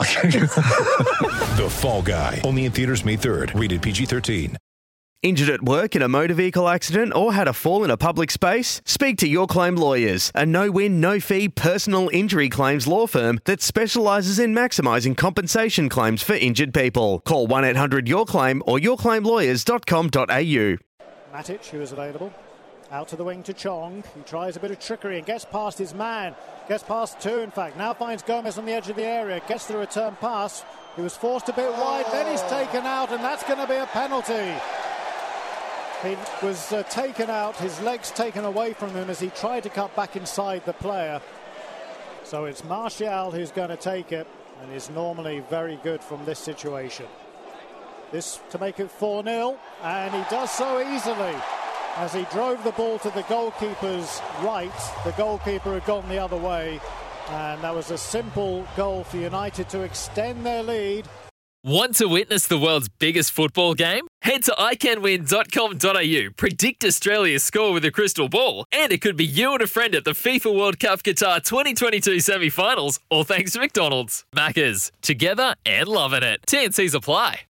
The Fall Guy. Only in theaters May 3rd. Rated PG-13. Injured at work in a motor vehicle accident or had a fall in a public space? Speak to Your Claim Lawyers, a no win, no fee personal injury claims law firm that specialises in maximising compensation claims for injured people. Call 1 800 Your Claim or yourclaimlawyers.com.au. Matic, who is available. Out to the wing to Chong, who tries a bit of trickery and gets past his man. Gets past two, in fact. Now finds Gomez on the edge of the area. Gets the return pass. He was forced a bit wide, then he's taken out, and that's going to be a penalty. He was uh, taken out, his legs taken away from him as he tried to cut back inside the player. So it's Martial who's going to take it, and is normally very good from this situation. This to make it 4 0, and he does so easily as he drove the ball to the goalkeeper's right. The goalkeeper had gone the other way, and that was a simple goal for United to extend their lead. Want to witness the world's biggest football game? Head to iCanWin.com.au, predict Australia's score with a crystal ball, and it could be you and a friend at the FIFA World Cup Qatar 2022 semi finals, all thanks to McDonald's. Maccas, together and loving it. TNCs apply.